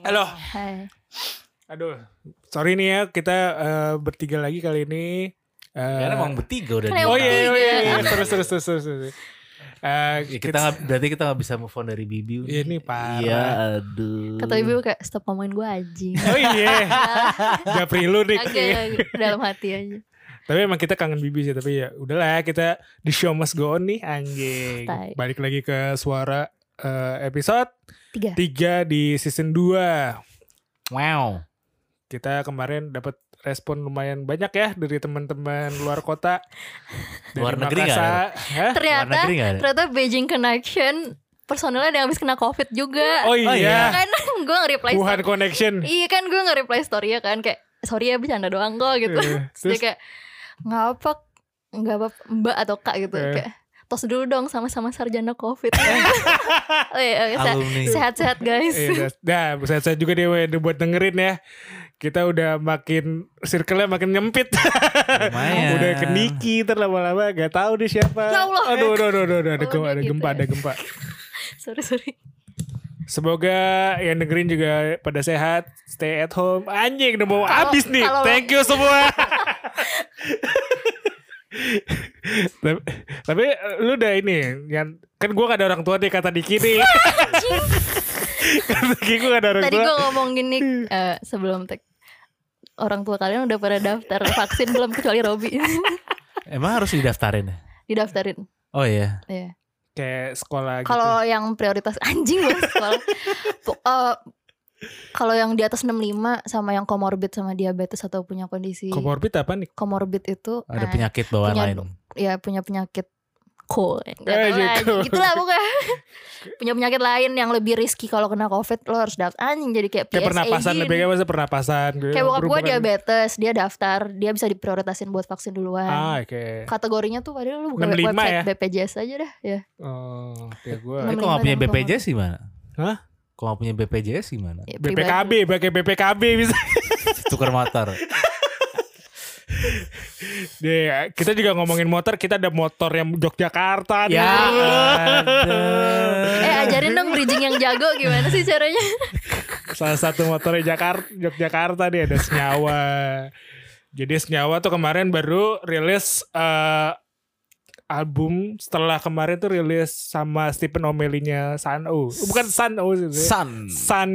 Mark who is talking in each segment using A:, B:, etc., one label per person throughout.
A: Halo.
B: Hai.
A: Aduh, sorry nih ya kita eh, bertiga lagi kali ini. Eh,
C: Karena emang bertiga udah.
B: Lewat.
A: oh
C: di-
A: iya iya iya, iya.
B: Bertiga.
A: terus terus terus terus. terus. Eh,
C: Ya, kita nggak berarti kita nggak bisa move on dari Bibi.
A: Iya, ini parah.
C: Iya, aduh.
B: Kata ibu kayak stop ngomongin gue anjing.
A: Oh iya. Japri lu nih.
B: Agak dalam hati aja.
A: Tapi emang kita kangen Bibi sih, tapi ya udahlah kita di show must go on nih anjing.
B: Tai.
A: Balik lagi ke suara eh, episode
B: Tiga.
A: 3 di season 2.
C: Wow.
A: Kita kemarin dapat respon lumayan banyak ya dari teman-teman luar kota. Dari
C: Luar negeri nggak
A: Makassar. Hah?
C: Warna
B: Ternyata
C: negeri nggak ada?
B: ternyata Beijing Connection personelnya ada yang habis kena covid juga.
A: Oh
C: Oh
A: iya,
C: iya.
B: Kan gue nge-reply
A: Wuhan
B: story.
A: Connection.
B: Iya kan gue nge-reply story ya kan kayak sorry ya bercanda doang kok gitu.
A: Eh,
B: Terus
A: Terus
B: dia kayak nggak apa nggak apa mbak atau kak gitu
A: Eh.
B: kayak tos dulu dong sama-sama sarjana covid. oh iya, oke, sehat-
C: Alumni.
B: sehat-sehat guys.
A: Iya, udah. nah, saya, saya juga deh Wei, buat dengerin ya. Kita udah makin circle-nya makin nyempit.
C: Lumayan.
A: udah ke Niki terlama-lama gak tahu deh siapa.
B: Ya Allah.
A: Aduh, aduh, aduh, aduh, aduh, ada
B: Oh,
A: gempa, ada
B: gitu
A: gempa,
B: ya.
A: ada gempa.
B: sorry sorry.
A: Semoga yang dengerin juga pada sehat, stay at home. Anjing udah mau
B: Kalau-
A: habis nih.
B: kalau-
A: Thank you semua. tapi, tapi eh, lu udah ini yang kan gua gak ada orang tua deh kata Diki nih. kata Diki gua Iya. gak ada orang
B: Tadi
A: tua.
B: gue ngomong gini eh, sebelum tek orang tua kalian udah pada daftar vaksin belum kecuali Robi
C: Emang harus didaftarin ya?
B: didaftarin.
C: Oh iya.
B: Iya.
A: Kayak sekolah gitu.
B: Kalau yang prioritas anjing banget sekolah. Po- eh, kalau yang di atas 65 sama yang komorbid sama diabetes atau punya kondisi
A: Komorbid apa nih?
B: komorbid itu eh,
C: Ada penyakit bawaan
B: punya-
C: lain.
B: ya punya penyakit ko nggak
A: Eh,
B: tahu lah,
A: gitu.
B: gitulah pokoknya punya penyakit lain yang lebih riski kalau kena covid lo harus daftar anjing jadi kayak
A: Kayak
B: PSAG
A: pernapasan
B: gitu.
A: lebih kayak masa pernapasan gitu.
B: Iya, kayak bokap gue
A: Berhubungan-
B: diabetes dia daftar dia bisa diprioritasin buat vaksin duluan
A: Ah, oke.
B: kategorinya tuh padahal lu buka
A: 65
B: website
A: ya?
B: BPJS aja dah ya
A: Oh, kayak gue.
C: Tapi
B: Menerima
C: kalau nggak punya
B: dan komorbid.
C: BPJS gimana?
A: Hah?
C: Kalau nggak punya BPJS gimana?
B: Ya, pribadi.
A: BPKB, pakai BPKB bisa.
C: Tukar motor.
A: Deh, Iya, kita juga ngomongin motor, kita ada motor yang Yogyakarta nih.
C: ya.
B: eh ajarin dong bridging yang jago gimana sih caranya
A: Salah satu motornya Jakarta, Yogyakarta nih ada Senyawa. Jadi Senyawa tuh kemarin baru rilis eh, album setelah kemarin tuh rilis sama Stephen O'Malley-nya Sano. Bukan Sano sih.
C: Sun.
A: San.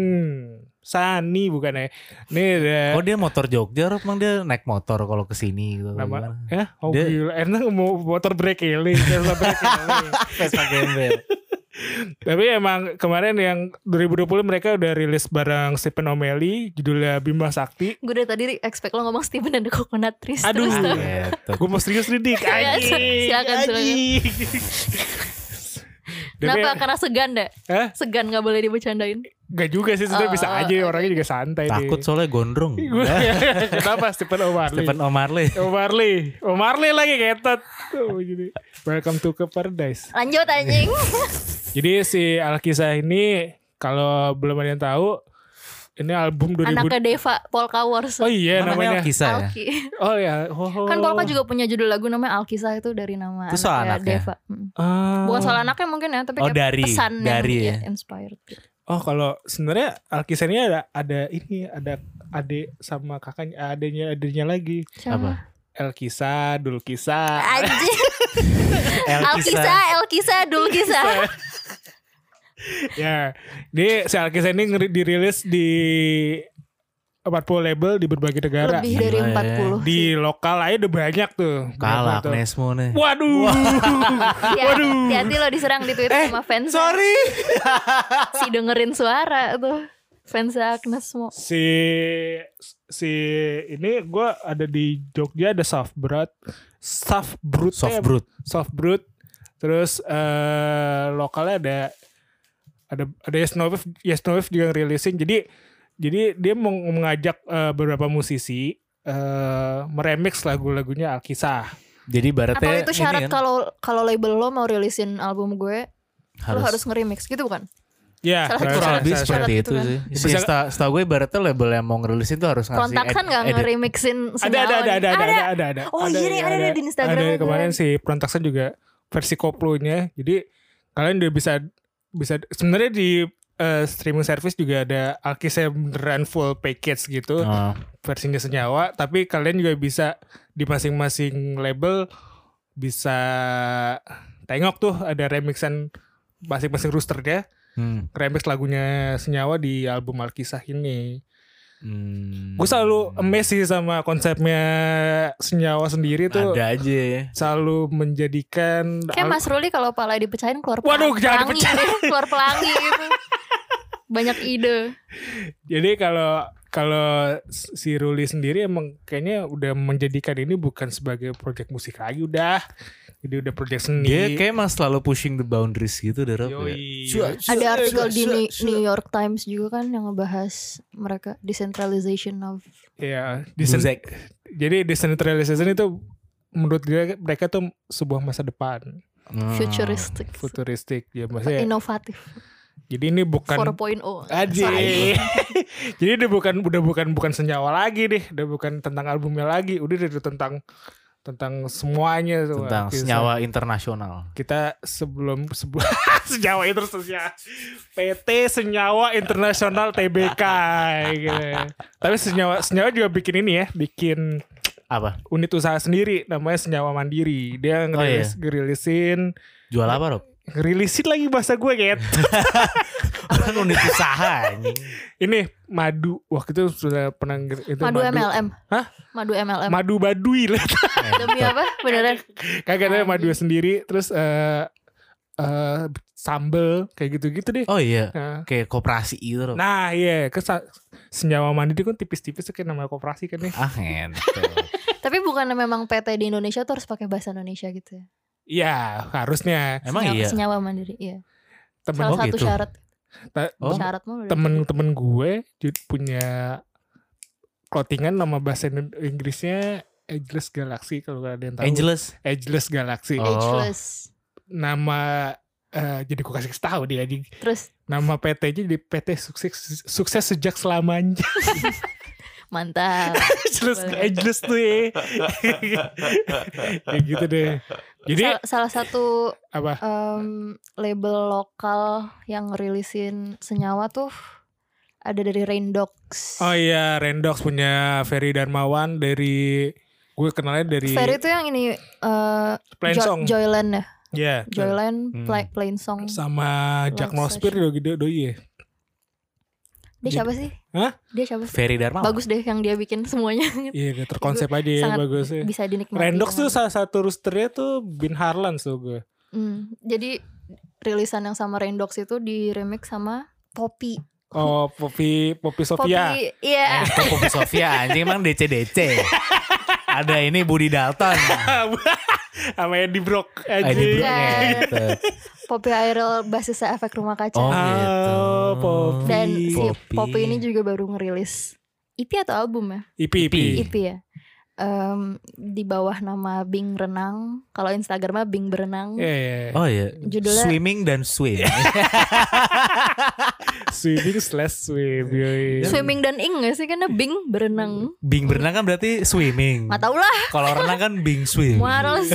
A: Sani bukan ya. Ini ada
C: Oh dia motor Jogja, Rob? emang dia naik motor kalau kesini gitu.
A: nama
C: Gimana?
A: ya oh
C: Dia-
A: gila enak mau motor break ini Tesla break ini.
C: Vespa Gembel.
A: tapi emang kemarin yang 2020 mereka udah rilis barang Stephen O'Malley judulnya Bima Sakti
B: gue dari tadi expect lo ngomong Steven dan the Coconut Trees
A: Aduh.
B: terus tuh.
C: Iya,
A: gue mau serius nih dik
B: Iya,
A: anjing
B: silakan, silakan.
A: anjing. Tapi
B: kenapa karena segan dah
A: Hah?
B: segan gak boleh dibecandain
A: gak juga sih sebenarnya
B: Oh,
A: bisa
B: oh,
A: aja ya, orangnya juga santai deh.
C: Takut soalnya gondrong.
A: kenapa Stephen O'Malley
C: Stephen O'Marley.
A: O'Malley O'Malley lagi ketot Tuh, gini. welcome to ke paradise
B: lanjut anjing
A: Jadi si Alkisah ini kalau belum ada yang tahu ini album 2000
B: anaknya Deva Polka Wars
A: Oh iya namanya.
C: Alkisah ya?
B: Alki
A: Oh ya. Oh.
B: kan Polka juga punya judul lagu namanya Alkisah itu dari nama
C: Itu soal anaknya?
B: Deva Mm.
A: Ah.
B: bukan soal anaknya mungkin ya tapi
C: Oh,
B: kayak
C: dari-
B: pesan
C: dari
B: yang
C: ya.
B: ya, inspired
A: Oh kalau sebenarnya Alkisah ini ada ada ini ada adik sama kakaknya adanya adiknya lagi.
B: Ah.
C: Apa?
A: Elkisah, Dulkisah.
B: Anjing
C: Elkisa.
B: Alkisah Elkisah Dulkisah
A: ya. Dia si Alkisah ini ngeri- dirilis di 40 label di berbagai negara.
B: lebih dari
C: Gila ya.
B: 40
A: Di lokal aja udah banyak tuh.
C: Kalah
A: Berapa tuh?
C: Agnesmo nih.
A: Waduh.
B: Ya,
A: Ah, Waduh. Eh,
B: hati-hati lo diserang di Twitter sama fans ya. si dengerin suara tuh fans Agnes semua
A: si si ini gue ada di Jogja ada soft brut soft brut
C: Soft brut.
A: soft brut terus eh lokalnya ada ada ada yes no Wave- yes no Wave juga rilisin jadi jadi dia meng- mengajak eh, beberapa musisi eh meremix lagu-lagunya Alkisah
C: Jadi
B: atau
C: baratnya
B: itu syarat
C: kan,
B: kalau kalau label lo mau rilisin album gue lo
C: harus,
B: harus nge-remix gitu bukan
A: Ya,
B: Salah satu
A: saya-
C: kurang
A: saya-
C: lebih
A: saya-
C: seperti
B: saya-
C: itu
B: saya-
C: sih.
A: saya-
C: Si
A: saya-
C: seta- setahu gue ibaratnya label yang mau ngerilisin tuh harus ngasih
B: Kontak kan
C: ed-
B: nggak
C: edit.
B: ngeremixin
A: iya. ada ada ada ada ada ada ada.
B: Oh,
A: Ada,
B: iya nih, ada, ada di Instagram
A: Ada
B: ada.
A: kemarin si Prontaksen juga versi koplonya. Jadi kalian udah bisa bisa sebenarnya di eh, streaming service juga ada Alkisnya beneran full package gitu.
C: Oh.
A: versinya senyawa tapi kalian juga bisa di masing-masing label bisa tengok tuh ada remixan masing-masing roosternya
C: Hmm.
A: remix lagunya senyawa di album Alkisah ini
C: Hmm.
A: gue selalu amazed sih sama konsepnya senyawa sendiri tuh
C: Ada aja ya.
A: selalu menjadikan
B: Kayak
A: al-
B: Mas Ruli kalau pala dipecahin keluar
A: Waduh, jangan
B: pelangi, keluar pelangi gitu. Banyak ide.
A: Jadi kalau kalau si Ruli sendiri emang kayaknya udah menjadikan ini bukan sebagai project musik lagi udah. Jadi udah project seni.
C: Dia kayak emang selalu pushing the boundaries gitu deh Rob. ya.
A: Yoi.
B: Ada artikel di Ni- New York Times juga kan yang ngebahas mereka decentralization of
A: Iya, desen-
C: Music.
A: jadi decentralization itu menurut dia mereka tuh sebuah masa depan
C: Hmm.
B: futuristic,
A: futuristik ya maksudnya.
B: inovatif
A: Jadi ini
C: kan-
A: bukan
B: 4.0.
A: aja.
B: Sorry.
A: jadi ini bukan udah bukan bukan senyawa lagi deh, udah bukan tentang albumnya lagi, udah udah tentang tentang semuanya tuh.
C: tentang
A: Kisah.
C: senyawa internasional.
A: kita sebelum sebelum senyawa internasional PT Senyawa Internasional TBK gitu. tapi senyawa senyawa juga bikin ini ya bikin
C: Apa?
A: unit usaha sendiri namanya senyawa mandiri dia ngerilis ngerilisin
C: Jual apa Rob?
A: ngerilisin lagi bahasa gue kayak
C: Kan unit usaha anjing.
A: ini madu waktu itu sudah pernah nger- itu
B: Madu MLM.
A: Hah?
B: Madu MLM.
A: madu badui lah
B: Demi apa? Beneran.
A: kagak ada madu sendiri terus eh eh, sambel kayak gitu-gitu deh
C: Oh iya,
A: Nah.
C: kayak koperasi gitu Rob.
A: Nah iya ke sa- senyawa mandiri kan tipis-tipis tuh kayak namanya koperasi kan ya.
C: Ah ngente.
B: Tapi bukannya memang PT di Indonesia tuh harus pakai bahasa Indonesia gitu ya.
A: Iya harusnya
C: Emang
B: senyawa,
C: iya.
B: senyawa mandiri, iya.
A: temen
B: Salah
C: Oh,
B: satu
C: gitu.
B: syarat
A: ta-
C: Oh.
B: syarat mah udah
A: temen
B: gitu.
A: temen gue ju- punya clothingan nama bahasa Indo- Inggrisnya Ageless Galaxy kalau nggak ada yang tahu.
C: Angeles.
A: Ageless Galaxy.
C: Oh.
B: ageless.
A: Nama eh, jadi gue kasih tahu dia anjing.
B: Terus
A: Nama PT-nya jadi PT sukses sukses sejak selamanya.
B: mantap.
A: Ageless Ageless tuh ya. Kayak gitu deh. Jadi
B: Sal- salah satu
A: apa?
B: em, label lokal yang rilisin senyawa tuh ada dari Rain Dogs.
A: Oh iya, Rendox punya Ferry Darmawan dari gue kenalnya dari
B: Ferry tuh yang ini eh
A: Plain
B: Jo-
A: Song.
B: Joyland ya.
A: Iya.
B: Joyland
C: Hmm.
B: Pla- Plain Song.
A: Sama Jack
B: Love
A: Nospir
B: Session.
A: doi doi ya.
B: Dia siapa sih?
A: Hah?
B: Dia siapa sih?
C: Ferry Dharma.
B: Bagus deh yang dia bikin semuanya.
A: Iya, dia terkonsep aja ya
B: sangat
A: bagus ya.
B: Bisa dinikmati.
A: Rendox tuh
B: dengan-
A: salah satu roosternya tuh Bin Harlan tuh gue.
B: Hmm, Jadi rilisan yang sama Rain Dogs itu di remix sama Poppy.
A: Oh, Poppy Poppy Eh. Sofia.
B: Poppy, iya.
C: Itu Poppy Eh, Sofia anjing emang DC-DC. Ada ini Budi Dalton.
A: Sama Eddie Brock
C: Edi Bro
A: aja.
C: ngente.
B: Poppy Aerial basisnya efek rumah kaca.
A: Oh,
C: Oh, gitu.
A: Poppy.
B: Dan si
C: Poppy.
B: Poppy ini juga baru ngerilis EP atau album ya?
A: IP IP.
C: IP.
B: EP ya. Em, di bawah nama Bing Renang, kalau Instagramnya Bing Berenang.
A: Iya, iya.
C: Oh iya.
B: Judulnya-
C: Swimming dan swim.
A: Swimming slash swim.
C: Iya.
A: yoi.
B: Swimming dan ing gak sih karena Bing berenang.
C: bing berenang kan berarti swimming.
B: Nggak tau lah,
C: Kalau renang kan bing swim.
B: muaros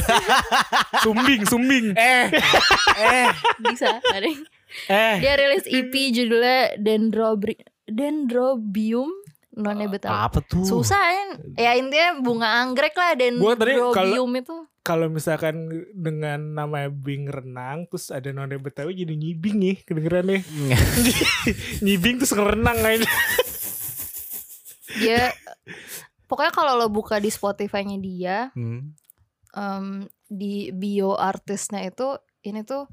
A: Sumbing, sumbing.
C: Eh, eh,
B: bisa. nggak deh.
C: eh.
B: Dia rilis EP judulnya Dendrobri Dendrobium non betul.
C: Apa tuh?
B: Susah ya. Ya intinya bunga anggrek lah
A: Gua tadi kalau-
B: Dendrobium itu.
A: kalau misalkan dengan nama Bing renang terus ada nona Betawi jadi nyibing nih kedengerannya nyibing terus ngerenang aja
B: Dia pokoknya kalau lo buka di Spotify-nya dia,
C: Hmm.
B: em, di bio artisnya itu ini tuh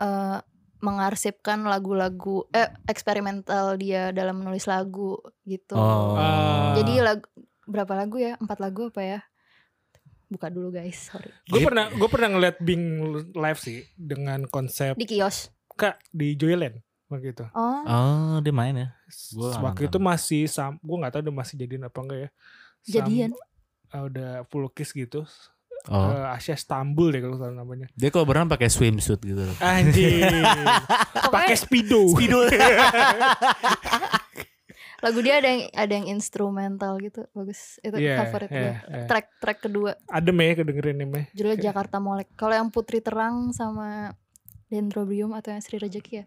B: eh, mengarsipkan lagu-lagu eh eksperimental dia dalam menulis lagu gitu.
C: Oh.
A: Ah.
B: Jadi lagu berapa lagu ya? Empat lagu apa ya? Buka dulu guys, sorry.
A: gue
C: Yep.
A: pernah gue pernah ngeliat Bing live sih dengan konsep
B: Di kios.
A: kak di Joyland begitu
B: Oh,
C: Oh, dia main ya. Gua
A: waktu
C: nonton.
A: itu masih sam gue nggak tahu udah masih jadian apa enggak ya Sam-
B: jadian.
A: ah, udah full kiss gitu
C: Oh.
A: eh, Asia Stambul deh kalau nggak salah namanya.
C: Dia kalau berenang pakai swimsuit gitu. loh.
A: Anjing. Pakai
B: Pokoknya
A: speedo.
B: lagu dia ada yang ada yang instrumental gitu bagus itu
A: Iya,
B: favorit
A: iya,
B: gue
A: iya.
B: track track kedua
A: Adem ya kedengerin ini. meh.
B: judulnya Jakarta Molek kalau yang Putri Terang sama Dendrobium atau yang Sri Rezeki ya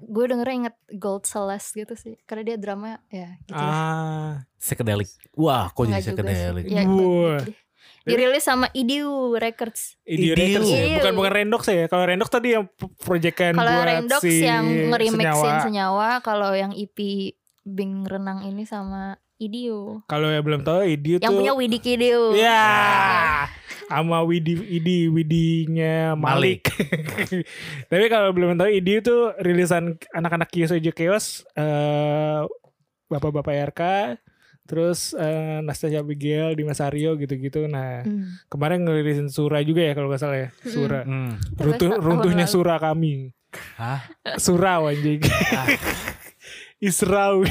B: gue dengernya inget Gold Celeste gitu sih karena dia drama ya gitu lah.
A: Ah,
C: Psychedelic. Wah, kok jadi
B: Enggak juga sih.
C: psychedelic.
B: Ya,
A: Wah.
B: bagus deh. Dirilis sama Idiu Records.
A: Idio
C: Idio.
A: Records ya.
B: Idio.
A: Bukan bukan Rendox ya. Kalau Rendox tadi yang p- proyekan
B: Kalau
A: buat
B: Rendox
A: si
B: yang ngeremixin
A: Senyawa.
B: senyawa, kalau yang EP Bing Renang ini sama Idiu.
A: Kalau yang belum tahu Idio
B: Yang
A: tuh
B: punya Widi Kidiu.
A: Ya. Sama Widi Idi Widinya Malik. Tapi kalau belum tahu Idi itu rilisan anak-anak Kyosojo Chaos eh bapak-bapak RK terus eh, Nastasia Abigail, Dimas Aryo gitu-gitu. Nah,
B: Hmm.
A: kemarin ngerilisin Sura juga ya kalau nggak salah ya. Sura.
C: Hmm.
A: Runtuh,
B: Tahun
A: runtuhnya
B: lalu.
A: Sura kami.
C: Hah?
A: Surau anjing.
C: Ah.
A: Israu.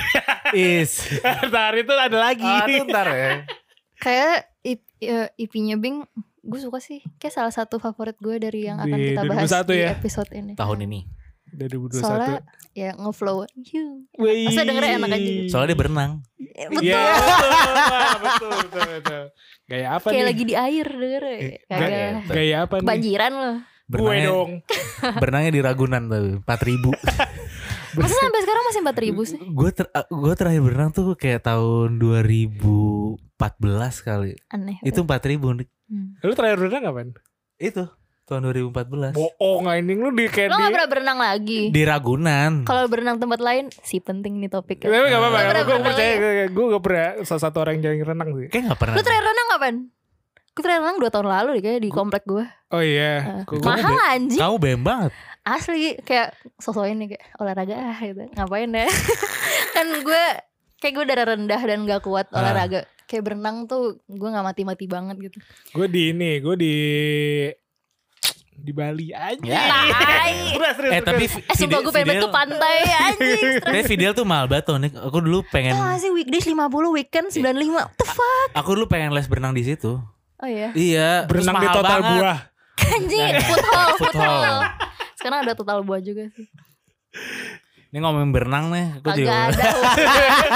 C: Is.
A: Ntar itu ada lagi.
C: Ah, tuh ntar ya.
B: Kayak EP-nya Bing gue suka sih. Kayak salah satu favorit gue dari yang akan
A: Di
B: kita bahas
A: 2001
B: di
A: ya.
B: episode ini.
C: Tahun ini.
A: Dari 2021.
B: Soalnya ya ngeflow. Yuh.
A: Wih.
B: Masa dengernya enak aja gitu?
C: Soalnya dia berenang.
B: Eh, Betul.
A: Iya, betul, betul, betul, betul. Gaya apa
B: Kayak
A: nih?
B: lagi di air denger. ya. Kayak
A: Gaya,
C: Kagak.
A: gaya apa nih?
B: kebanjiran loh.
A: Gue
C: Berenangnya,
A: dong.
C: berenangnya di Ragunan tuh, 4000.
B: Masa sampai sekarang masih 4000 sih?
C: Gue ter, gua terakhir berenang tuh kayak tahun 2014 kali.
B: Aneh.
C: Itu 4000 Nick.
B: Hmm.
A: Lu terakhir berenang kapan?
C: Itu tahun 2014.
A: Bohong anjing lu di kayak
B: Lo
A: di
B: gak pernah berenang lagi.
C: Di Ragunan.
B: Kalau berenang tempat lain sih penting nih ya. topiknya.
A: tapi gak apa-apa,
B: Lo pernah
A: gue
B: berenang
A: percaya, gue gak pernah salah satu orang yang jarang renang sih.
C: Kayak gak pernah.
B: Lu terakhir renang kapan? Gue terakhir renang 2 tahun lalu deh kayaknya di komplek gue.
A: Oh
B: Ah.
A: iya, Gua- gua-
B: Mahal anjing.
C: Kamu bem banget.
B: Asli kayak sosok ini kayak olahraga ah gitu. Ngapain deh? kan gue kayak gue darah rendah dan gak kuat
C: Ah.
B: olahraga. Kayak berenang tuh gue gak mati-mati banget gitu.
A: gue di ini, gue di di Bali
B: Ya,
A: aja.
B: Tai.
A: Udah, serius,
C: Eh
A: serius.
C: tapi
B: Eh sumpah gue pengen balik ke pantai anjing.
C: Kayak Fidel tuh mahal banget tuh Nick. Aku dulu pengen
B: Tau gak sih weekdays 50, weekend 95. What the fuck?
C: Aku dulu pengen les berenang di situ.
B: Oh iya.
C: Iya, terus
A: berenang di
C: mahal
A: total
C: banget.
A: buah.
B: Anjing,
C: Nah,
B: futhole,
C: futhole.
B: futhole. Sekarang ada total buah juga sih.
C: Ini ngomongin berenang nih, aku juga.
B: Gak ada hubungan.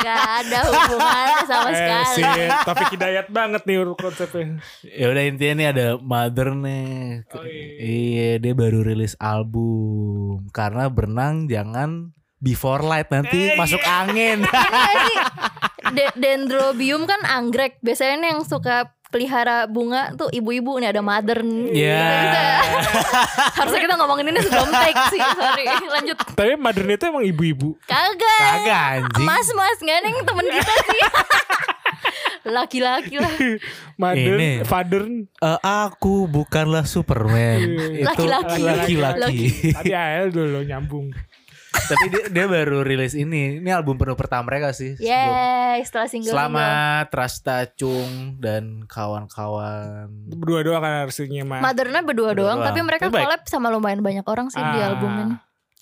B: Gak ada hubungannya sama
A: Eh, si
B: sekali.
A: Taufik Hidayat banget nih konsepnya.
C: Ya udah intinya nih ada Mother nih.
A: Oh, iya.
C: iya. dia baru rilis album karena berenang jangan before light nanti masuk angin.
B: Ini Iya sih, de- dendrobium kan anggrek. Biasanya nih yang suka pelihara bunga tuh ibu-ibu nih ada mother nih.
C: Iya.
B: Gitu-gitu ya. Harusnya kita ngomongin ini sebelum take sih. Sorry. Lanjut.
A: Tapi Madrin itu emang ibu-ibu.
B: Kagak.
C: Kagak anjing.
B: Mas, mas, nggak ada yang temen kita sih. Laki-laki lah.
A: Madren,
C: Ini.
A: Fadern,
C: Eh, aku bukanlah Superman. Itu
B: Laki-laki.
C: laki-laki.
A: Tadi AL dulu nyambung.
C: Tapi dia, dia baru rilis ini. Ini album penuh pertama mereka sih. sebelum-
B: Yeay, setelah single
C: Iya. Selamat Rasta Chung dan kawan-kawan.
A: Berdua doang kan harusnya mah.
B: Mothernya berdua doang,
C: Berdua.
B: tapi mereka
C: Tapi baik.
B: collab sama lumayan banyak orang sih di
A: Ah,
B: album ini.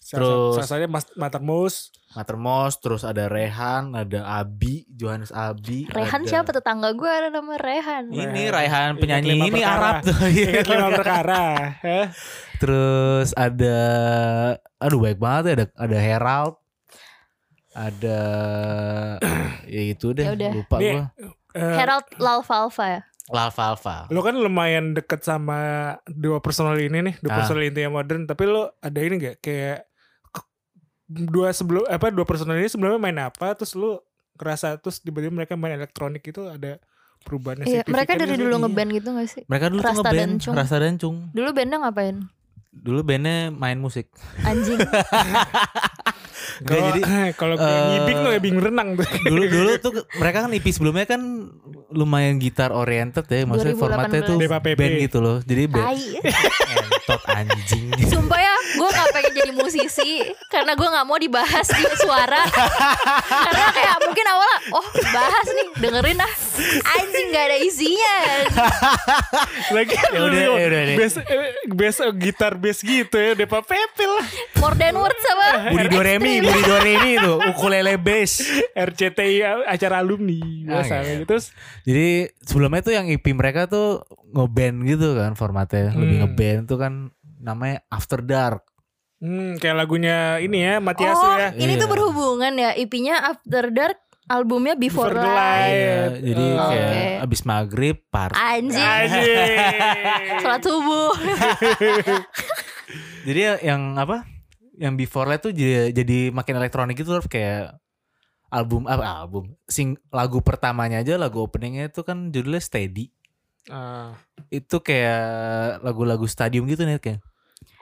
A: salah-
C: Terus-
A: salah satunya Mas Matermus,
C: Matermos, terus ada Rehan, ada Abi, Johannes Abi.
B: Rehan
C: ada- Iya.
B: siapa tetangga gue ada nama Rehan.
C: Ini
A: Rehan.
C: Rehan penyanyi
A: Ingat lima
C: ini
A: perkara.
C: Arab tuh. Iya.
A: ingat lima perkara. Hah?
C: terus ada aduh baik banget ya, ada ada Herald. Ada ya itu deh,
B: Ya udah.
C: lupa
A: Nih.
C: gua.
A: Eh,
B: Herald Lalfalfa ya.
C: Lava Alpha.
A: lo kan lumayan deket sama dua personal ini nih, dua
C: Ah.
A: personal intinya modern. Tapi lo ada ini gak kayak ke- dua sebelum apa dua personal ini sebelumnya main apa? Terus lo ngerasa terus tiba-tiba mereka main elektronik itu ada perubahannya
B: Iya,
A: signifikan
B: mereka dari
A: gitu.
B: dulu
A: Iya.
B: ngeband gitu gak sih?
C: Mereka dulu
B: Rasta
C: tuh ngeband
B: dan Cung.
C: Rasta dan Cung.
B: Dulu bandnya ngapain?
C: Dulu bandnya main musik.
B: Anjing.
C: Iya. Nggak,
A: Kalau
C: jadi
A: kalau
C: eh,
A: kayak ngibing lo ya bing renang tuh.
C: dulu dulu tuh mereka kan IP sebelumnya kan lumayan gitar oriented ya, maksudnya formatnya tuh
A: 2018. BPPP.
C: band gitu loh. Jadi band
B: Tai.
C: entot anjing.
B: Sumpah ya, gue gak pengen jadi musisi karena gue gak mau dibahas di suara. karena kayak mungkin awalnya, oh bahas nih, dengerin ah. Anjing gak ada isinya.
A: Lagi
C: Ya udah,
A: lu-
C: ya udah, ya.
A: Bass, eh, bass, eh, gitar bass gitu ya, Depa Pepe lah.
B: More than words apa?
C: Budi Doremi, Budi Doremi itu ukulele bass.
A: RCTI acara alumni biasa
C: Ah, iya.
A: gitu. Terus
C: Jadi sebelumnya tuh yang IP mereka tuh ngeband gitu kan formatnya, lebih
A: Hmm.
C: ngeband tuh kan namanya After Dark.
A: hmm, kayak lagunya ini ya Matias
B: oh,
A: ya.
B: ini tuh
C: Iya.
B: berhubungan ya. IP-nya After Dark, albumnya Before,
A: Before the
B: Light.
A: Light.
C: Iya, jadi
A: Oh,
C: kayak
B: oke.
C: abis maghrib party.
B: Anjing.
A: Anjing.
B: Sholat subuh.
C: Jadi ya- yang apa? Yang before light tuh jadi, jadi makin elektronik gitu loh kayak album apa album sing lagu pertamanya aja lagu openingnya itu kan judulnya steady
A: Ah.
C: itu kayak lagu-lagu stadium gitu nih kayak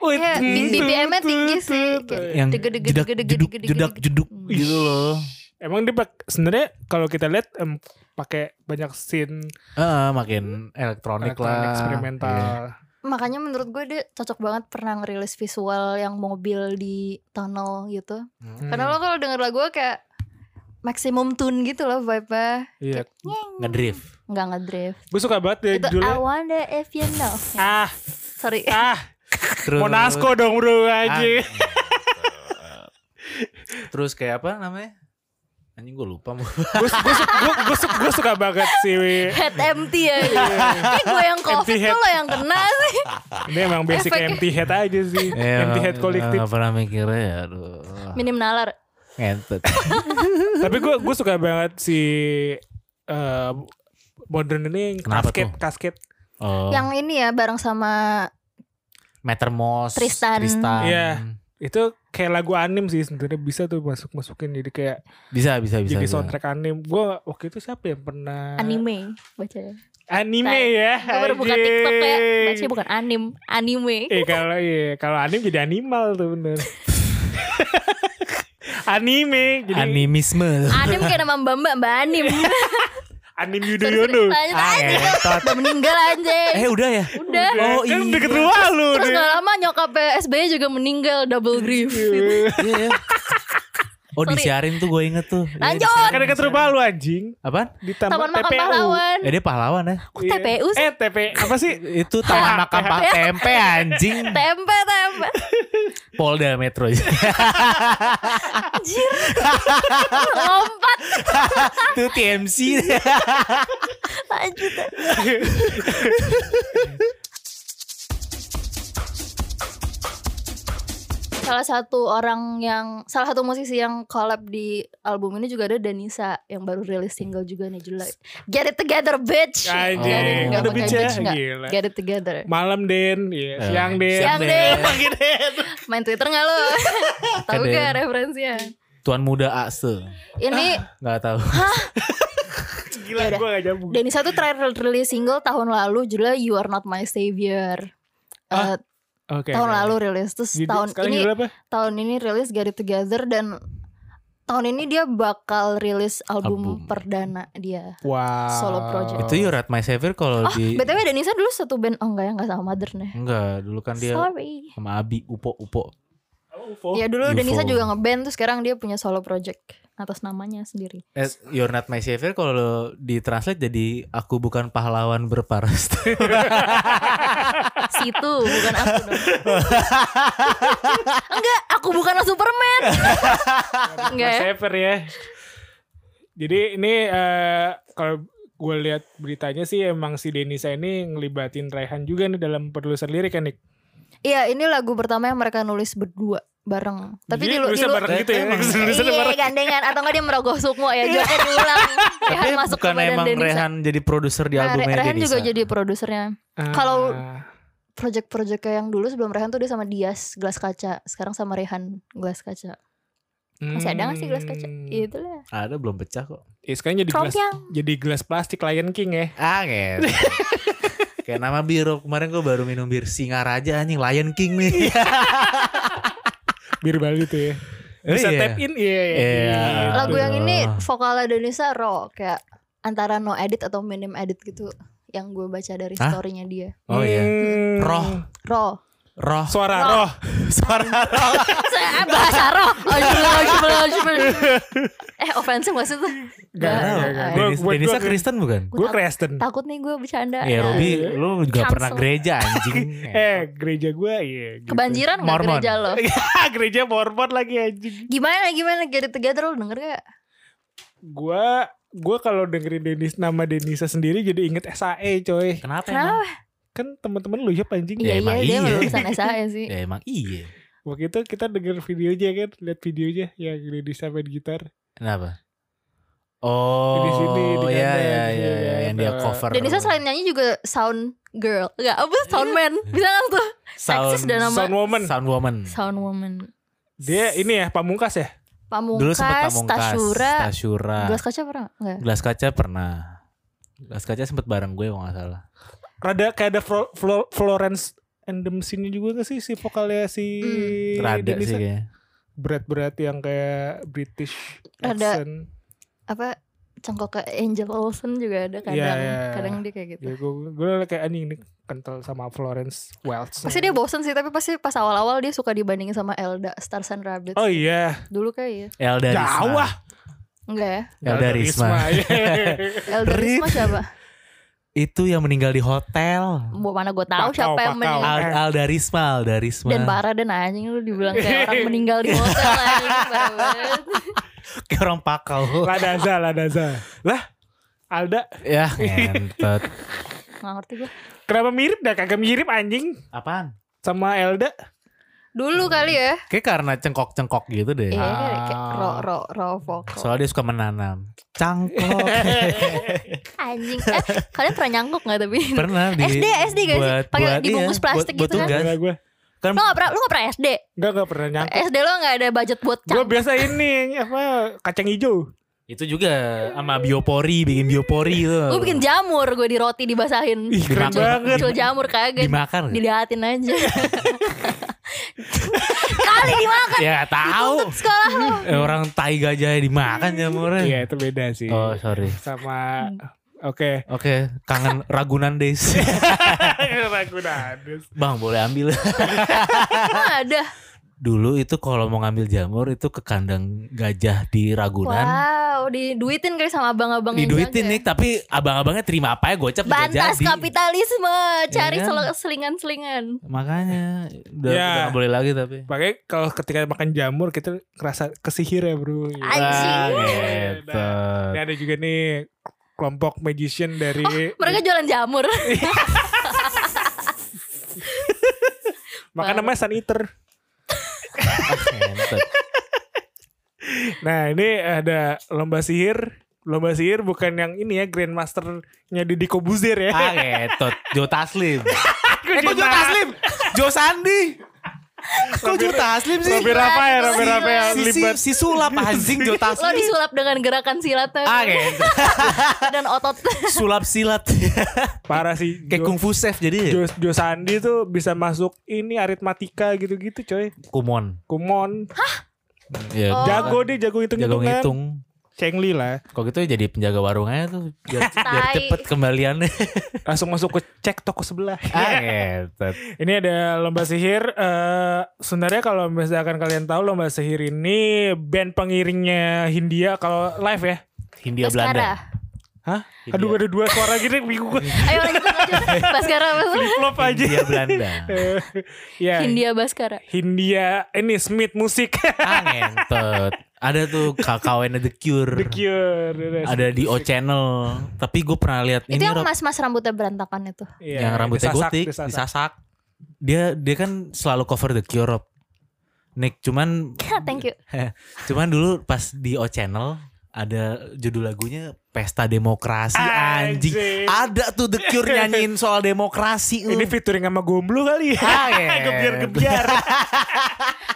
B: Iya,
A: hmm.
B: B- BPM-nya tinggi sih. Kayak
C: yang
B: Deg-deg-deg,
C: jedak
B: deg-deg,
C: jeduk
B: deg-deg,
C: jedak
B: deg-deg.
C: jeduk
B: Hmm.
C: gitu loh
A: Emang dia pak- sebenarnya kalau kita lihat em, pakai banyak scene
C: Heeh, makin
A: elektronik
C: elektronik, lah
A: eksperimental.
C: Iya.
B: Makanya menurut gue dia cocok banget pernah ngerilis visual yang mobil di tunnel gitu.
C: Hmm.
B: Karena lo kalau denger lagu kayak maximum tune gitu loh vibe-nya.
A: Iya.
C: ngedrift
B: Nggak ngedrift.
A: Gue suka banget ya
B: Itu I
A: judulnya.
B: wonder if you know.
A: Ah,
B: Sorry.
A: ah,
C: terus
A: Monasco dong bro aja.
C: Ah. terus kayak apa namanya anjing gue lupa mau
A: Gue suka banget sih.
B: Head empty ya. Kayak gue yang covid
A: Empty head.
B: tuh lo yang kena sih.
A: Ini emang basic
B: Efeknya.
A: empty head aja sih.
C: Eh,
A: empty head
C: eh,
A: kolektif.
C: Gak pernah mikirnya ya aduh.
B: Minim nalar.
C: Ngentet.
A: Tapi gue gue suka banget si eh modern ini
C: Kenapa
A: kasket
C: tuh?
A: kasket.
C: Oh,
B: Yang ini ya bareng sama
C: Mattermost,
B: Tristan.
A: Iya. Itu kayak lagu anim sih sebenarnya bisa tuh masuk masukin jadi kayak
C: Bisa bisa bisa.
A: jadi
C: bisa.
A: soundtrack anim. Gue waktu itu siapa yang pernah
B: anime bacanya.
A: Anime
B: Tay.
A: ya.
B: Gue baru buka
A: anjing.
B: TikTok ya. Bacanya bukan anim, anime.
A: Eh kalau iya, kalau anim jadi animal tuh bener. anime jadi anim,
C: Animisme.
B: Anim kayak nama Mbak Mbak, Mbak Anim.
A: Yudhoyono.
B: Lanjut
C: Ah,
B: anjing.
C: ngentot.
B: Udah meninggal anjing.
C: eh udah ya.
B: Udah.
C: Oh,
A: kan
C: iya.
A: deket rumah lu
B: Terus
A: dia.
B: gak lama nyokapnya SBY juga meninggal double grief. gitu.
C: Iya ya. Oh
B: Sorry.
C: disiarin tuh gue inget tuh. Iya,
B: Lanjut.
C: disiarin.
A: Kan deket rumah lu anjing
C: Apaan?
A: di
B: Taman Makam Pahlawan.
C: Eh dia pahlawan ya.
B: Kok
A: Iya.
B: TPU sih?
A: Eh TP apa sih?
C: Itu taman makam Pak tempe anjing.
B: Tempe, tempe.
C: Polda Metro. itu
B: Anjir. Lompat.
C: TMC.
B: Lanjut. Salah satu orang yang salah satu musisi yang collab di album ini juga ada Danisa yang baru rilis single juga nih Julai. Get it together bitch. Get it,
A: Anjing,
B: nggak
A: ada
B: pakai
A: bicara
B: bitch, nggak.
A: gila.
B: Get it together.
A: Malam Den, iya.
C: Eh,
A: siang Den.
B: Siang Den.
A: Pagi Den.
B: Main Twitter nggak lo? Tahu
C: Keren.
B: gak referensinya?
C: Tuan muda Ase.
B: Ini
C: Gak tahu.
A: Gila
B: Yaudah.
A: gue gak nyambung.
B: Denisa tuh terakhir rilis single tahun lalu judulnya You Are Not My Savior. Eh,
A: Ah, Oke.
B: tahun
A: oke.
B: lalu rilis terus
A: Jadi
B: tahun
A: sekarang
B: ini
A: judul apa?
B: tahun ini rilis Get It Together dan tahun ini dia bakal rilis album,
C: Album.
B: perdana dia.
A: Wow.
B: Solo project.
C: Itu ya? Yorat My Savior
B: Oh,
C: kalau di
B: BTW Denisa dulu satu band oh enggak ya enggak sama Mother nih.
C: Enggak, dulu kan dia Oh,
B: Sorry.
C: sama Abi Upo Upo.
A: UFO.
B: Ya dulu
C: UFO.
B: Denisa juga ngeband terus sekarang dia punya solo project atas namanya sendiri.
C: Eh, You're not my savior kalau ditranslate jadi aku bukan pahlawan berparas.
B: Situ bukan aku dong. enggak, aku bukanlah Superman. enggak ya?
A: Saver ya. Jadi ini eh, kalau gue lihat beritanya sih emang si Denisa ini ngelibatin Raihan juga nih dalam penulisan lirik kan Nick.
B: Iya, ini lagu pertama yang mereka nulis berdua bareng.
C: Iya,
B: Tapi
A: Jadi
B: di, lu- di
A: tulisan
B: lu-
A: bareng gitu ya.
C: Emang.
A: Tulisan
B: Iya
A: bareng.
B: gandengan atau nggak dia merogoh sukmo ya joknya diulang Rehan
C: Tapi
B: "Ya, masuk ke
C: bukan
B: badan
C: emang
B: Denisa.
C: Rehan jadi produser di
B: Nah, Re-
C: albumnya
B: Rehan
C: Denisa.
B: juga jadi produsernya
A: Ah,
B: Kalau- project-projectnya yang dulu sebelum Rehan tuh dia sama Dias gelas kaca sekarang sama Rehan gelas kaca masih ada nggak sih gelas kaca
A: hmm.
B: ya itulah
C: Ada belum pecah kok.
A: Eh, sekarang jadi gelas
B: Kerompyang.
A: jadi gelas plastik Lion King ya.
C: Ah nget. Kayak nama biro kemarin gue baru minum bir Singaraja anjing Lion King nih.
B: Iya.
A: Bir Bali tuh ya. Bisa
C: Iya.
A: tap in iya.
C: Iya.
A: gitu.
B: lagu yang
C: Aduh.
B: ini vokalnya Denisa raw kayak antara no edit atau minim edit gitu yang gue baca dari
C: Hah?
B: storynya dia
C: Oh iya.
A: Hmm.
C: Roh.
B: raw
C: roh
A: Suara roh.
B: Roh.
C: suara roh
B: Saya bahasa roh. Astagfirullahaladzim. Eh offensive gak sih tuh?
A: Gak,
B: Nggak,
A: gak,
B: nggak.
A: gak.
C: Denis,
A: Gua- gua-
C: Denisa
A: gua-
C: Kristen bukan
A: Gue Kristen.
B: Takut nih gue bercanda.
C: ya Robi lu
B: Iya.
C: juga
B: Cancel.
C: pernah gereja anjing
A: Eh, gereja gue iya. gitu.
B: Nah,
A: Ah,
B: Kebanjiran gak
C: Mormon.
B: gereja lo?
A: gereja Mormon lagi anjing.
B: Gimana gimana Get It Together lu denger gak?
A: Gue gue kalau dengerin Denis nama Denisa sendiri jadi inget SAE coy.
C: kenapa emang
B: Kenapa?
A: Kan teman-teman lu ya anjing.
B: Iya iya
C: Ya, emang
B: dia
C: iya.
B: lulusan saya sih.
C: ya emang iya
A: Waktu itu kita denger videonya kan, lihat videonya yang Denisa main gitar.
C: kenapa oh
A: Di sini, di kanan,
C: ya ya
A: di
C: ya
A: sini,
C: ya,
A: ya.
C: yang dia
A: Nah.
C: cover
B: Denisa selain nyanyi juga sound girl. Gak apa sound man. Bisa gak tuh?
C: sound
B: Seksis dan nama
A: Sound woman.
C: sound woman
B: sound woman.
A: Dia ini ya pamungkas ya.
B: Pamungkas,
C: dulu sempat pamungkas
B: Tasyura,
C: Tasyura.
B: Gelas kaca pernah enggak?
C: Gelas kaca pernah gelas kaca sempet bareng gue kalau nggak salah
A: Rada kayak ada Flo- Flo- Florence and the Machine juga gak sih si vokalnya si Iya,
B: Hmm.
C: rada sih
A: Denisa?
C: kayaknya
A: Berat-berat yang kayak British
B: Rada-
A: accent.
B: Apa cengkok ke Angel Olsen juga ada kadang.
A: Iya, iya, iya.
B: Kadang dia kayak gitu.
A: Ya gue gue kayak anjing ini kental sama Florence Welch.
B: Pasti dia bosen sih, tapi pasti pas awal-awal dia suka dibandingin sama Elda, Stars and Rabbits.
A: Oh iya,
B: Dulu kayak ya.
C: Elda Risma
A: jauh ah.
B: Enggak ya?
C: Elda Risma
A: Iya.
B: Elda
C: Rip.
B: Risma siapa?
C: itu yang meninggal di hotel
B: Mau mana gue
A: Pakau,
B: tahu siapa
A: pakau.
B: yang meninggal.
C: Al Alda Risma Alda Risma
B: Dan parah dan anjing lu dibilang kayak orang meninggal di hotel anjing, parah banget.
C: kayak orang pakau
A: Ladaza, Ladaza. Lah, Alda,
C: ya ngentot
B: Nggak ngerti gue.
A: kenapa mirip dah? Kagak mirip anjing
C: apaan
A: sama Elda.
B: Dulu kali ya.
C: kayak karena cengkok-cengkok gitu deh
B: Iya, kayak- kayak
A: Ah.
B: ro ro ro vokal.
C: soalnya dia suka menanam cangkok
B: Anjing. Eh, kalian pernah nyangkuk enggak tapi?
C: pernah di
B: SD, SD gak sih?
C: buat-
B: Pakai
C: buat-
B: dibungkus
C: iya,
B: plastik
C: buat, buat
B: gitu kan?
C: tugas.
A: Enggak gue,
C: kan
B: Lo gak pernah, lu gak pernah SD?
A: enggak enggak pernah nyangkut.
B: SD lo gak ada budget buat
A: Gue
B: cangkok?
A: biasa ini apa kacang hijau.
C: itu juga sama biopori bikin biopori itu
B: Gue bikin jamur, gue di roti dibasahin.
A: Ih, keren
B: Cocok-
A: banget.
B: cocok jamur kagak.
C: dimakan nggak?
B: Diliatin aja. Kali dimakan.
C: ya tahu
B: Tutup sekolah lo.
C: Eh, orang tai gajah dimakan jamurnya
A: Iya itu beda sih.
C: oh sorry
A: Sama Oke,
C: Oke, kangen Ragunan Days.
A: aku nades.
C: Bang, boleh ambil.
B: Emang ada.
C: Dulu itu kalau mau ngambil jamur itu ke kandang gajah di Ragunan.
B: Wow, diduitin kali sama abang-abang yang
C: Diduitin
B: jaga.
C: nih, tapi abang-abangnya terima apa ya gocap juga
B: Bantas
C: jadi.
B: kapitalisme, cari
C: Iya kan?
B: sel- selingan-selingan.
C: Makanya udah,
A: Ya.
C: udah gak boleh lagi tapi.
A: Pakai kalau ketika makan jamur kita kerasa kesihir ya bro. Iya.
B: Anjing.
C: Ah,
A: Dan
C: gitu.
A: ada juga nih kelompok magician dari
B: Mereka
C: Iya.
B: jualan jamur.
A: maka namanya Sun Eater.
C: Entot.
A: Nah ini ada lomba sihir. Lomba sihir bukan yang ini ya Grandmasternya Deddy Kobuzer ya.
C: Ah, entot. Jo Taslim.
A: eh
C: Kok Jo Taslim? Jo Sandi. Kok Jo Taslim sih?
A: Robby
B: ya,
A: Rafael, Robby Rafael
C: Si, si,
A: libat.
C: si sulap anjing Jo
B: Lo
C: Taslim.
B: disulap dengan gerakan silatnya
C: Ah, entot.
B: dan otot.
C: Sulap silat.
A: Parah sih.
C: Kayak ya?
A: Jo,
C: kungfu chef
A: Jo,
C: jadi.
A: Jo Sandi tuh bisa masuk ini aritmatika gitu-gitu coy.
C: Kumon.
A: Kumon.
C: Ya,
B: Oh.
A: Jago dia jago
C: jago
A: hitung-hitungan.
C: ngitung.
A: Cengli lah.
C: Kok gitu jadi penjaga warung aja tuh biar, biar
B: Tai.
C: cepet kembaliannya.
A: Langsung masuk ke cek toko sebelah.
C: ah, entot.
A: Ini ada lomba sihir. eh sebenarnya kalau misalkan kalian tahu lomba sihir ini band pengiringnya Hindia kalau live ya.
C: Hindia Iya, Belanda.
B: Baskara.
A: Hah?
C: Hindia.
A: Aduh ada dua suara gini bingung gue.
B: Ayo lanjut lanjut. Baskara apa?
A: Flip-flop aja.
C: Hindia Belanda.
A: Eh,
C: Iya.
A: ya.
B: Hindia Baskara.
A: Hindia ini Smith Musik.
C: ah, entot. Ada tuh KKN The Cure.
A: The Cure.
C: Ada di O Channel. Tapi gue pernah lihat
B: itu
C: ini
B: yang
C: Rob,
B: mas-mas rambutnya berantakan itu.
A: Iya,
C: yang rambutnya
A: disasak,
C: gotik,
A: disasak.
C: disasak. Dia dia kan selalu cover The Cure. Rob. Nick cuman
B: Thank you.
C: cuman dulu pas di O Channel ada judul lagunya Pesta Demokrasi anjing.
A: Anjing.
C: Ada tuh The Cure nyanyiin soal demokrasi. uh. lu.
A: Ini featuring sama Gomblo kali ya.
C: Ah, ya.
A: Gebiar-gebiar.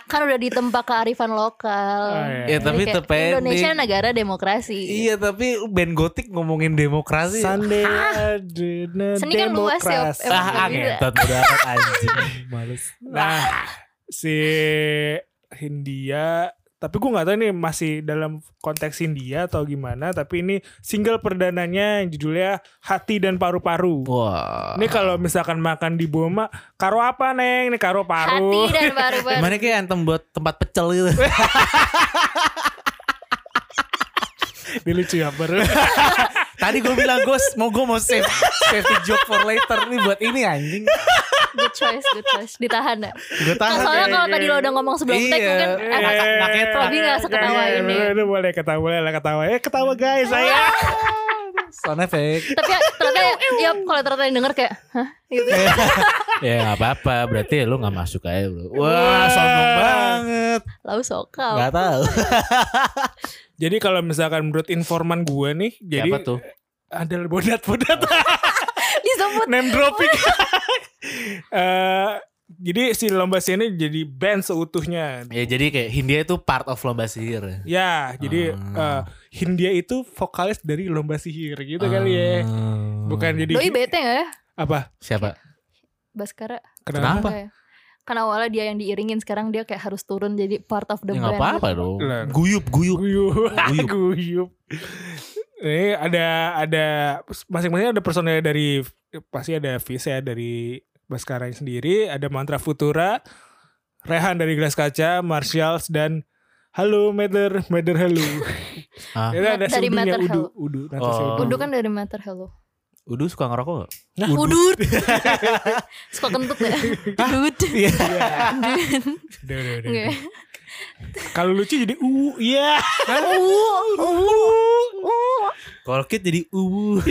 B: Kan udah ditempa kearifan lokal.
A: Oh, iya.
C: Ya, tapi
B: Jadi kayak,
C: tepe-
B: Indonesia
C: di-
B: negara demokrasi.
C: Iya tapi band gotik ngomongin demokrasi.
A: Sunday Adena
B: Seni kan luas ya,
A: Demokrasi.
B: Emang
C: ah, ah
B: gitu.
C: ngentot udah anjing. Males.
A: Nah, si Hindia tapi gue nggak tahu ini masih dalam konteks India atau gimana tapi ini single perdananya yang judulnya Hati dan Paru-Paru
C: Wah.
A: ini kalau misalkan makan di Boma karo apa neng ini karo
B: Hati
A: paru
B: dan baru-baru.
C: Gimana kayak anthem buat tempat pecel gitu.
A: Ini lucu ya baru
C: Tadi gue bilang gue s- mau gue mau save save the joke for later nih buat ini anjing.
B: Good choice, good choice. Ditahan ya. Nah,
C: Gue tahan.
B: soalnya kalau
A: Iya,
B: tadi
A: iya.
B: lo udah ngomong sebelum tag
C: Iya.
B: mungkin eh,
C: Iya.
B: nggak-
C: nggak ketro.
B: Tapi nggak seketawa
A: Iya,
B: ini.
A: boleh, boleh ketawa, boleh lah ketawa. Eh ketawa guys, saya.
C: Sound effect.
B: tapi ternyata ya kalau ternyata yang denger kayak hah gitu.
C: ya gak apa-apa. Berarti lu gak masuk aja bro. Wah sombong banget.
B: Lau sokau.
C: Gak tahu.
A: Jadi kalau misalkan menurut informan gue nih,
B: Iya,
A: jadi
C: Siapa tuh?
A: ada bodat bodat
B: Disebut
A: name dropping. Eh, jadi si lomba ini jadi band seutuhnya.
C: Ya jadi kayak Hindia itu part of lomba sihir.
A: Ya, jadi eh,
C: Ah.
A: Hindia itu vokalis dari lomba sihir gitu kali ya.
C: Ah.
A: Bukan jadi
B: doi bete gak ya?
A: apa?
C: siapa?
B: Baskara.
A: Kenapa?
C: Apa?
B: Nggak ya? Karena awalnya dia yang diiringin sekarang dia kayak harus turun jadi part of the
C: Ya
B: band.
C: nggak apa-apa dong.
A: Lah.
C: Guyup, guyup.
A: Guyup.
C: Oh, Guyup.
A: Guyup. Ini ada ada masing-masing ada personel dari pasti ada Vise ya, dari Baskara sendiri, ada Mantra Futura, Rehan dari Gelas Kaca, Martials dan Halo Matter, Matter Halo.
C: Ah.
A: Itu Iya, ada si Udin
B: Iya, Dari
A: yang
B: Matter
A: Udu, Udu, Nata si
C: Oh. Nah,
B: Udu kan dari Mater Hello.
C: Udu suka ngerokok gak?
B: Udut. Suka kentut ya? Udut.
C: Iya.
A: Udah, udah, udah,
B: Nggak.
A: udah. Kalau lucu jadi u, iya.
C: Kalau kid jadi uwu.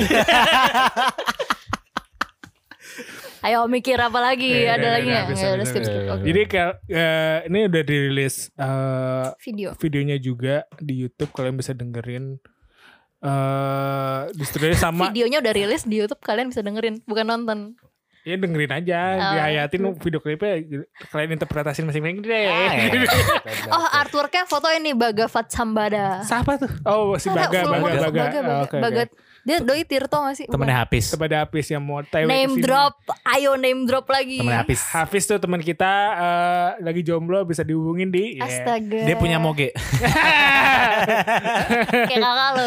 B: Ayo mikir apa lagi?
A: Udah,
B: Iya, Ada
A: udah,
B: lagi
A: udah,
B: nggak?
A: Iya, bisa,
B: Nggak, udah
A: bisa,
B: skip
C: Iya, bisa,
B: skip.
C: bisa.
B: Oke.
A: Jadi kayak eh, ini udah dirilis eh,
B: Video.
A: videonya juga di YouTube kalian bisa dengerin eh distribusi sama
B: Videonya udah rilis di YouTube kalian bisa dengerin, bukan nonton.
A: ya dengerin aja
B: Oh.
A: dihayatin video klipnya kalian interpretasi masing-masing deh
C: Ah, iya.
B: Oh, artworknya foto ini Baga Fatsambada.
A: siapa tuh oh si
B: Ada
A: Baga
B: full
A: Baga
B: model,
A: Baga
B: Baga, Baga.
A: Oh, oke, oke.
B: Baga- Dia doi Tirto gak sih?
C: Temennya Hafiz.
A: kepada Hafiz yang mau
B: Bukan.
A: tewe
B: Name
A: kesini.
B: drop. Ayo name drop lagi.
C: Temennya Hafiz.
A: Iya. Hafiz tuh teman kita eh, lagi jomblo bisa dihubungin di ya.
B: Astaga.
C: Iya. Dia punya moge.
B: Kayak kakak lo.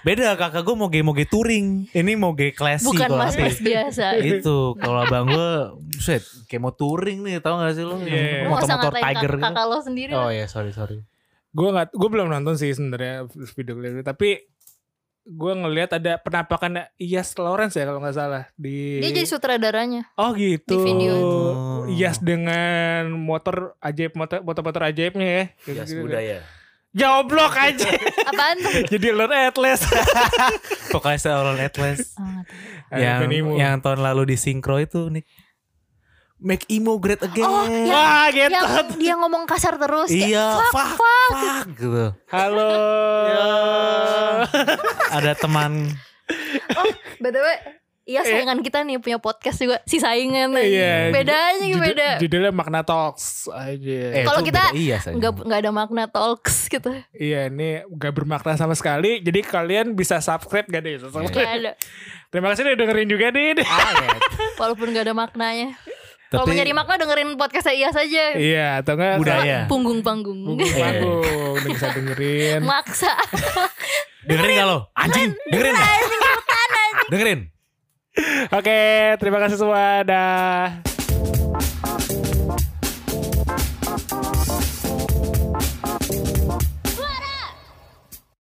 C: Beda kakak gue moge-moge touring. Ini moge classy
B: Bukan
C: kalau
B: mas-mas
C: Hafiz.
B: biasa.
C: Itu kalau abang gue set kayak mau touring nih tau gak sih lo
A: Iya.
B: Lo nggak usah
C: motor-motor
B: ngatain kak-
C: tiger gitu.
B: Kakak lo sendiri.
C: Oh
B: lah.
C: ya sorry sorry.
A: gue nggak gue belum nonton sih sebenarnya video klip itu, tapi gue ngelihat ada penampakan Iyas Lawrence ya kalau nggak salah di
B: Dia
C: iya.
B: jadi sutradaranya.
A: oh gitu
B: di video itu.
A: Iyas dengan motor ajaib motor motor, motor ajaibnya ya
C: Ya
A: Gitu-gitu.
C: budaya.
A: Joblok aja
B: Apaan tuh?
A: jadi Lord Atlas
B: Ya.
C: Pokoknya seorang Atlas
B: Ah, nggak tahu.
C: yang
A: Bukan Imo.
C: yang tahun lalu di sinkro itu nih. Make emo great again.
B: Oh, yang-
A: wah
B: Yang
A: gitu
B: dia ngomong kasar terus. kayak,
C: Iya, fuck, fuck, gitu.
A: halo
C: Ada teman
B: Oh, btw. Iya saingan kita nih punya podcast juga si saingan
A: Eh. Iya.
B: bedanya
A: Judul-
B: beda
A: judulnya Magna Talks aja
C: Eh,
B: Kalau
C: itu
B: kita
C: beda- iya, saya.
B: nggak nggak ada makna talks gitu
A: iya ini gak bermakna sama sekali jadi kalian bisa subscribe gak deh
B: nggak ada
A: terima kasih udah dengerin juga nih
C: Ah, ya,
B: walaupun gak ada maknanya. Kalau
C: Tapi-
B: mau nyari makna dengerin podcast saya saja.
A: iya atau enggak
C: budaya.
B: Punggung-panggung.
A: Punggung panggung udah bisa dengerin
B: Maksa.
C: Dengerin gak lo? Anjing, dengerin gak? Dengerin.
A: oke terima kasih semua dah